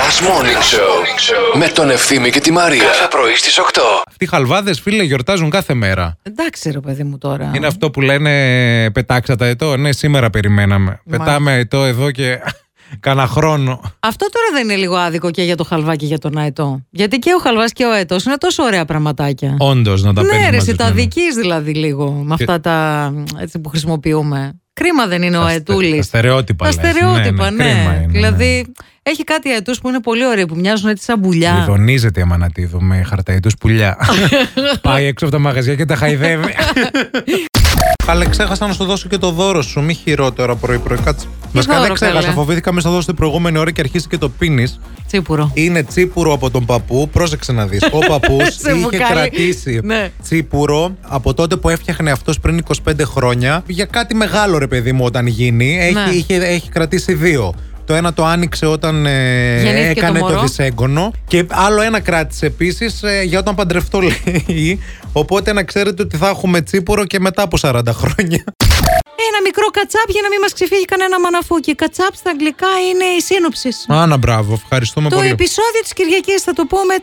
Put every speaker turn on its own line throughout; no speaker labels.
Last Morning Show με τον Ευθύμη και τη Μαρία. Κάθε πρωί στις 8.
Αυτοί οι χαλβάδες, φίλε, γιορτάζουν κάθε μέρα.
Εντάξει, ρε παιδί μου τώρα.
Είναι αυτό που λένε πετάξατε ετώ. Ναι, σήμερα περιμέναμε. Πετάμε ετώ εδώ και κανένα χρόνο.
Αυτό τώρα δεν είναι λίγο άδικο και για το χαλβά και για τον αετό. Γιατί και ο χαλβάς και ο αετός είναι τόσο ωραία πραγματάκια.
Όντως, να τα
ναι,
παίρνει.
ρε, εσύ τα δικεί δηλαδή λίγο με
Και-
αυτά τα έτσι, που χρησιμοποιούμε. Κρίμα δεν είναι ο
Τα
αετούλη.
στερεότυπα.
Τα
λες.
στερεότυπα, ναι.
Κρίμα είναι,
δηλαδή, έχει κάτι αετούς που είναι πολύ ωραίοι, που μοιάζουν έτσι σαν
ναι.
πουλιά.
Λιδονίζεται άμα να τη δούμε χαρταετούς πουλιά. Πάει έξω από τα μαγαζιά και τα χαϊδεύει. Αλλά ξέχασα να σου δώσω και το δώρο σου. Μη χειρότερα πρωί-πρωί. Κάτσε. Βασικά δεν
δώρο,
ξέχασα.
καλέ?
Φοβήθηκα μέσα να δώσω την προηγούμενη ώρα και αρχίσει και το πίνεις.
Τσίπουρο.
Είναι τσίπουρο από τον παππού. Πρόσεξε να δεις. Ο παππούς
Σε
είχε
μπουκάλι.
κρατήσει
Ναι.
τσίπουρο από τότε που έφτιαχνε αυτός πριν 25 χρόνια. Για κάτι μεγάλο, ρε παιδί μου, όταν γίνει. Έχει,
Ναι.
είχε, έχει κρατήσει δύο. Το ένα το άνοιξε όταν ε,
Γεννήθηκε το
έκανε το,
μωρό.
δυσέγγωνο. Και άλλο ένα κράτησε επίσης για όταν παντρευτώ, λέει. Οπότε να ξέρετε ότι θα έχουμε τσίπουρο και μετά από 40 χρόνια.
Ένα μικρό κατσάπ για να μην μας ξεφύγει κανένα μαναφούκι. Κατσάπ στα αγγλικά είναι η σύνοψης.
Άνα, μπράβο. Ευχαριστούμε
Το
πολύ.
επεισόδιο της Κυριακής θα το πούμε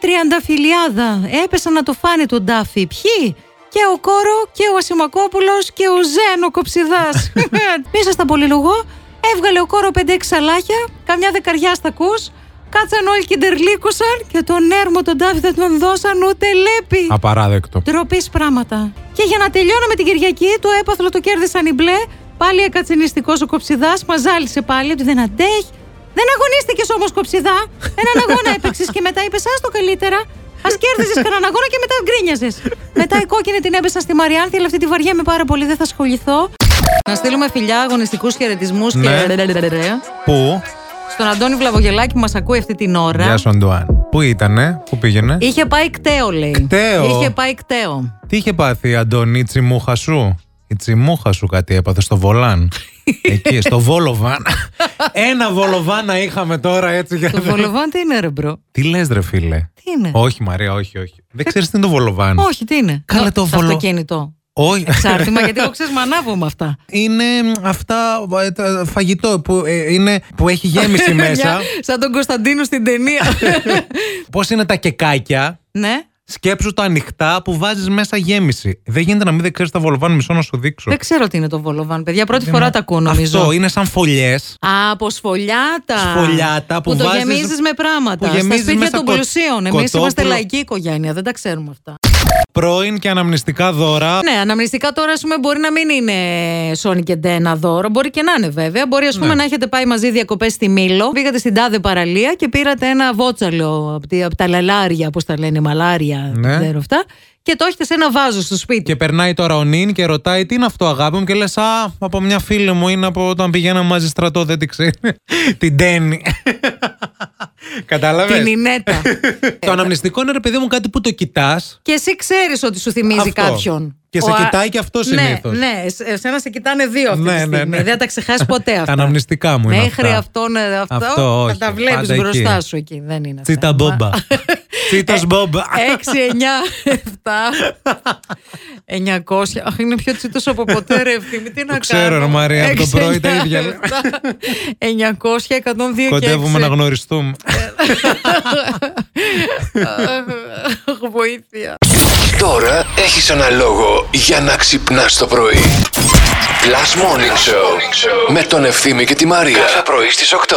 τριανταφυλιάδα. Έπεσαν να το φάνε τον Ντάφι. Ποιοι? Και ο Κόρο και ο Ασημακόπουλος και ο Ζέν ο Κοψιδάς. Μη σας τα πολυλογώ. Έβγαλε ο Κόρο 5-6 σαλάκια, καμιά δεκαριά στα κους. Κάτσαν όλοι και ντερλίκωσαν και τον έρμο τον Ντάφι δεν τον δώσαν ούτε λέπη.
Απαράδεκτο.
Ντροπή πράγματα. Και για να τελειώνω με την Κυριακή, το έπαθλο το κέρδισαν οι μπλε. Πάλι εκατσενιστικό ο Κοψιδάς, μα ζάλισε πάλι ότι δεν αντέχει. Δεν αγωνίστηκε όμως, Κοψιδά. Έναν αγώνα έπαιξες και μετά είπες: Α το καλύτερα. Ας κέρδιζες κανέναν αγώνα και μετά γκρίνιαζες. μετά η κόκκινη την έμπεσα στη Μαριάνθη, αλλά αυτή τη βαριέμαι πάρα πολύ, δεν θα ασχοληθώ. Να στείλουμε φιλιά, αγωνιστικούς χαιρετισμούς
Ναι.
και.
Πού?
Στον Αντώνη Βλαβογελάκη που μας ακούει αυτή την ώρα.
Γεια σου, Αντουάν. Πού ήτανε, πού πήγαινε.
Είχε πάει κταίο, λέει.
Κταίο.
Είχε πάει κταίο.
Τι είχε πάθει, Αντώνη, η τσιμούχα σου. Η τσιμούχα σου κάτι έπαθε στο βολάν. Εκεί, στο βόλοβαν. Ένα βόλοβαν να είχαμε τώρα έτσι για
Το
να.
Βολοβάν τι είναι, ρε, μπρο.
Τι λες ρε φίλε.
Τι είναι.
Όχι, Μαρία, όχι, όχι. Δεν ξέρεις τι είναι το βολοβάν.
Ε. Όχι, τι είναι.
Κάλε το
Στο
βολο-
αυτοκίνητο.
Όχι.
Εξάρτημα, γιατί εγώ ξέρεις, μανάβω με αυτά.
Είναι μ, αυτά ε, τα φαγητό που, ε, είναι, που έχει γέμιση μέσα.
Μια- Σαν τον Κωνσταντίνο στην ταινία.
Πώς είναι τα κεκάκια.
ναι.
Σκέψου τα ανοιχτά που βάζεις μέσα γέμιση. Δεν γίνεται να μην δεν ξέρεις τα βολοβάν μισό να σου δείξω.
Δεν ξέρω τι είναι το Βολοβάν, παιδιά. Πρώτη φορά τα ακούω, νομίζω.
Αυτό είναι σαν φωλιές.
Α, από σφολιάτα.
Σφολιάτα που
το
βάζεις-
γεμίζεις με
που
πράγματα. Στα
γεμίζεις
σπίτια
μέσα
των
κο-
πλουσίων. Εμείς
κοτόπουλο.
είμαστε λαϊκή οικογένεια, δεν τα ξέρουμε αυτά.
πρώην και αναμνηστικά δώρα.
Ναι, αναμνηστικά τώρα ας πούμε, μπορεί να μην είναι Sony και Ντε ένα δώρο. Μπορεί και να είναι βέβαια. Μπορεί ας
Ναι.
πούμε, να έχετε πάει μαζί διακοπές στη Μήλο. Πήγατε στην τάδε παραλία και πήρατε ένα βότσαλο από, τη- από τα λαλάρια, όπω τα λένε, μαλάρια.
Ναι.
Δεν ξέρω αυτά. Και το έχετε σε ένα βάζο στο σπίτι.
Και περνάει τώρα ο Νίν και ρωτάει τι είναι αυτό αγάπη μου και λες α από μια φίλη μου είναι από όταν πηγαίναμε μαζί στρατό δεν την ξέρει. την Τένι. Κατάλαβες.
Την Ινέτα.
το αναμνηστικό είναι ρε παιδί μου κάτι που το κοιτάς.
και εσύ ξέρεις ότι σου θυμίζει
Αυτό.
κάποιον.
Και σε
α-
κοιτάει και αυτό συνήθως.
Ναι, ναι. Σε- Εσένα σε κοιτάνε δύο αυτή
Ναι,
τη
ναι,
στιγμή.
ναι.
Δεν τα ξεχάσεις ποτέ Ε, αυτά.
Τα αναμνηστικά μου είναι
Μέχρι
αυτά.
αυτόν ε, αυτό,
Αυτό
θα τα
όχι,
βλέπεις
πάντα εκεί.
μπροστά σου Ε, εκεί. Δεν είναι
Τσίτα
θέμα.
μπόμπα. Τσίτας μπόμπα.
6, 9, 7, 900. Αχ, είναι πιο τσίτος από ποτέ, ρε ευθύμη. Τι να κάνω.
ξέρω, ρε Μαρία, από το
Έξι,
πρωί τα
εννιά,
ίδια λέμε.
εφτά, 900, 102 και
Κοντεύουμε
έξι.
να γνωριστούμε.
Αχ, βοήθεια.
Τώρα έχεις ένα λόγο για να ξυπνάς το πρωί. Last Morning Show με τον Ευθύμη και τη Μαρία. Κάθε πρωί στις 8.